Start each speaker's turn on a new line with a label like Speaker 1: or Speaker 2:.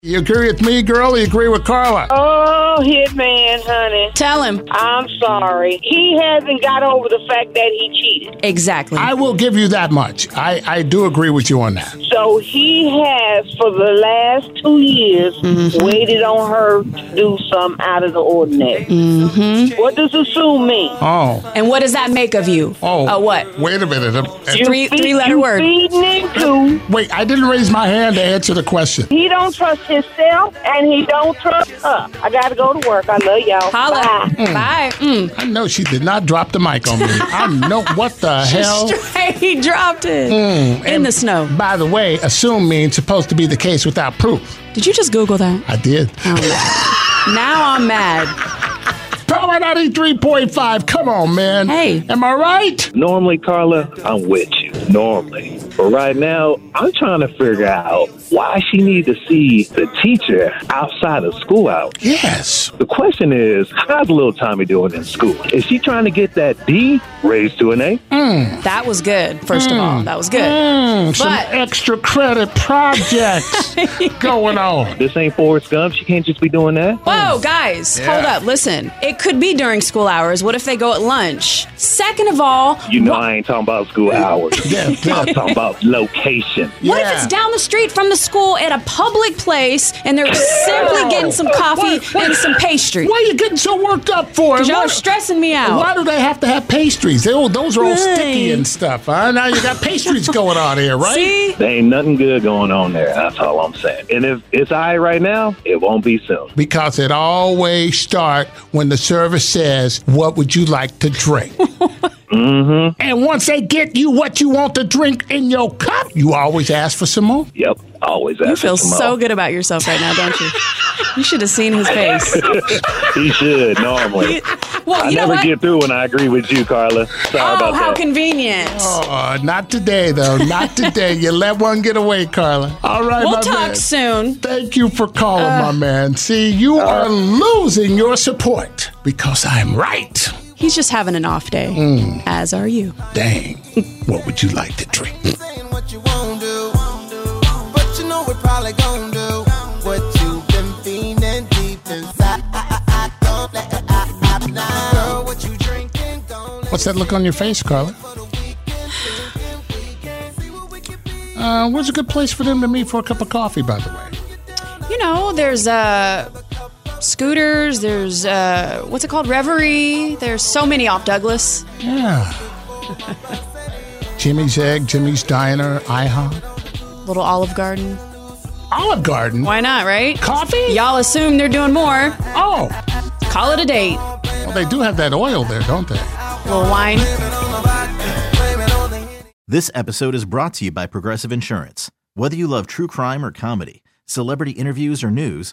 Speaker 1: You agree with me, girl? Or you agree with Carla?
Speaker 2: Oh, hitman, honey.
Speaker 3: Tell him.
Speaker 2: I'm sorry. He hasn't got over the fact that he cheated.
Speaker 3: Exactly.
Speaker 1: I will give you that much. I, I do agree with you on that.
Speaker 2: So he has, for the last two years,
Speaker 3: Mm-hmm.
Speaker 2: waited on her to do something out of the ordinary.
Speaker 3: Mm-hmm.
Speaker 2: What does assume mean?
Speaker 1: Oh,
Speaker 3: and what does that make of you?
Speaker 1: oh.
Speaker 3: A what?
Speaker 1: Wait a minute. Uh, uh,
Speaker 3: You- Three- three-letter
Speaker 2: you
Speaker 3: word.
Speaker 2: Feeding into.
Speaker 1: Wait, I didn't raise my hand to answer the question.
Speaker 2: He don't trust himself, and he don't trust her. I gotta go to work. I love y'all.
Speaker 3: Holla.
Speaker 2: Bye.
Speaker 3: Bye. Mm.
Speaker 1: I know she did not drop the mic on me. I know what the hell.
Speaker 3: Straight, he dropped it
Speaker 1: Mm.
Speaker 3: in the snow.
Speaker 1: By the way, assume means supposed to be the case without proof.
Speaker 3: Did you just Google that?
Speaker 1: I did.
Speaker 3: Oh. Now I'm mad.
Speaker 1: Power 93.5. Come on, man.
Speaker 3: Hey.
Speaker 1: Am I right?
Speaker 4: Normally, Carla, I'm with you. Normally. But right now, I'm trying to figure out why she need to see the teacher outside of school out.
Speaker 1: Yes.
Speaker 4: The question is, how's little Tommy doing in school? Is she trying to get that D raised to an A?
Speaker 3: That was good. First of all, that was good.
Speaker 1: Mm, some
Speaker 3: But-
Speaker 1: extra credit projects going on.
Speaker 4: This ain't Forrest Gump. She can't just be doing that.
Speaker 3: Whoa, guys,
Speaker 1: Yeah.
Speaker 3: hold up. Listen, it could be during school hours. What if they go at lunch? Second of all,
Speaker 4: You know I ain't talking about school hours.
Speaker 1: Yeah, yeah.
Speaker 4: I'm talking about location.
Speaker 3: what
Speaker 1: Yeah.
Speaker 3: if it's down the street from the school at a public place and they're simply getting some coffee and some pastry?
Speaker 1: Why are you getting so worked up for?
Speaker 3: Because y'all
Speaker 1: Why-
Speaker 3: are stressing me out.
Speaker 1: Why do they have to have pastries? They, all- those are all sticky
Speaker 3: Right.
Speaker 1: and stuff. Huh? Now you got pastries going on here, right?
Speaker 3: See?
Speaker 4: There ain't nothing good going on there. That's all I'm saying. And if it's all right right now, it won't be soon.
Speaker 1: Because it always start when the service says, "What would you like to drink?" And once they get you what you want to drink in your cup, you always ask for some more.
Speaker 4: Yep. Always
Speaker 3: You
Speaker 4: ask
Speaker 3: feel
Speaker 4: for some
Speaker 3: so
Speaker 4: more.
Speaker 3: good about yourself right now, don't you? You should have seen his face.
Speaker 4: He should normally.
Speaker 3: Well,
Speaker 4: I
Speaker 3: you know
Speaker 4: never
Speaker 3: what?
Speaker 4: get through when I agree with you, Carla. Sorry
Speaker 3: oh,
Speaker 4: about
Speaker 3: how
Speaker 4: that. Oh,
Speaker 3: convenient.
Speaker 1: Uh, not today, though. Not today. You let one get away, Carla. All right, my
Speaker 3: we'll talk Uh.
Speaker 1: man.
Speaker 3: soon.
Speaker 1: Thank you for calling, my man. See, you are losing your support because I'm right.
Speaker 3: He's just having an off day,
Speaker 4: Hmm.
Speaker 3: as are you.
Speaker 1: Dang, what would you like to drink?
Speaker 5: saying what you won't do. But you know we're probably gonna do what you've been feeling deep inside. Don't let it out now. Girl, what you drinking? Don't let
Speaker 1: What's that look on your face, Carla? Uh, where's a good place for them to meet for a cup of coffee, by the way?
Speaker 3: You know, there's uh, scooters, there's uh, what's it called? Reverie. There's so many off Douglas.
Speaker 1: Yeah. Jimmy's Egg, Jimmy's Diner, IHOP,
Speaker 3: Little Olive Garden.
Speaker 1: Olive Garden.
Speaker 3: Why not, right?
Speaker 1: Coffee?
Speaker 3: Y'all assume they're doing more.
Speaker 1: Oh,
Speaker 3: Call it a date.
Speaker 1: well, they do have that oil there, don't they?
Speaker 3: Little wine.
Speaker 5: blame it on the
Speaker 6: This episode is brought to you by Progressive Insurance. Whether you love true crime or comedy, celebrity interviews or news,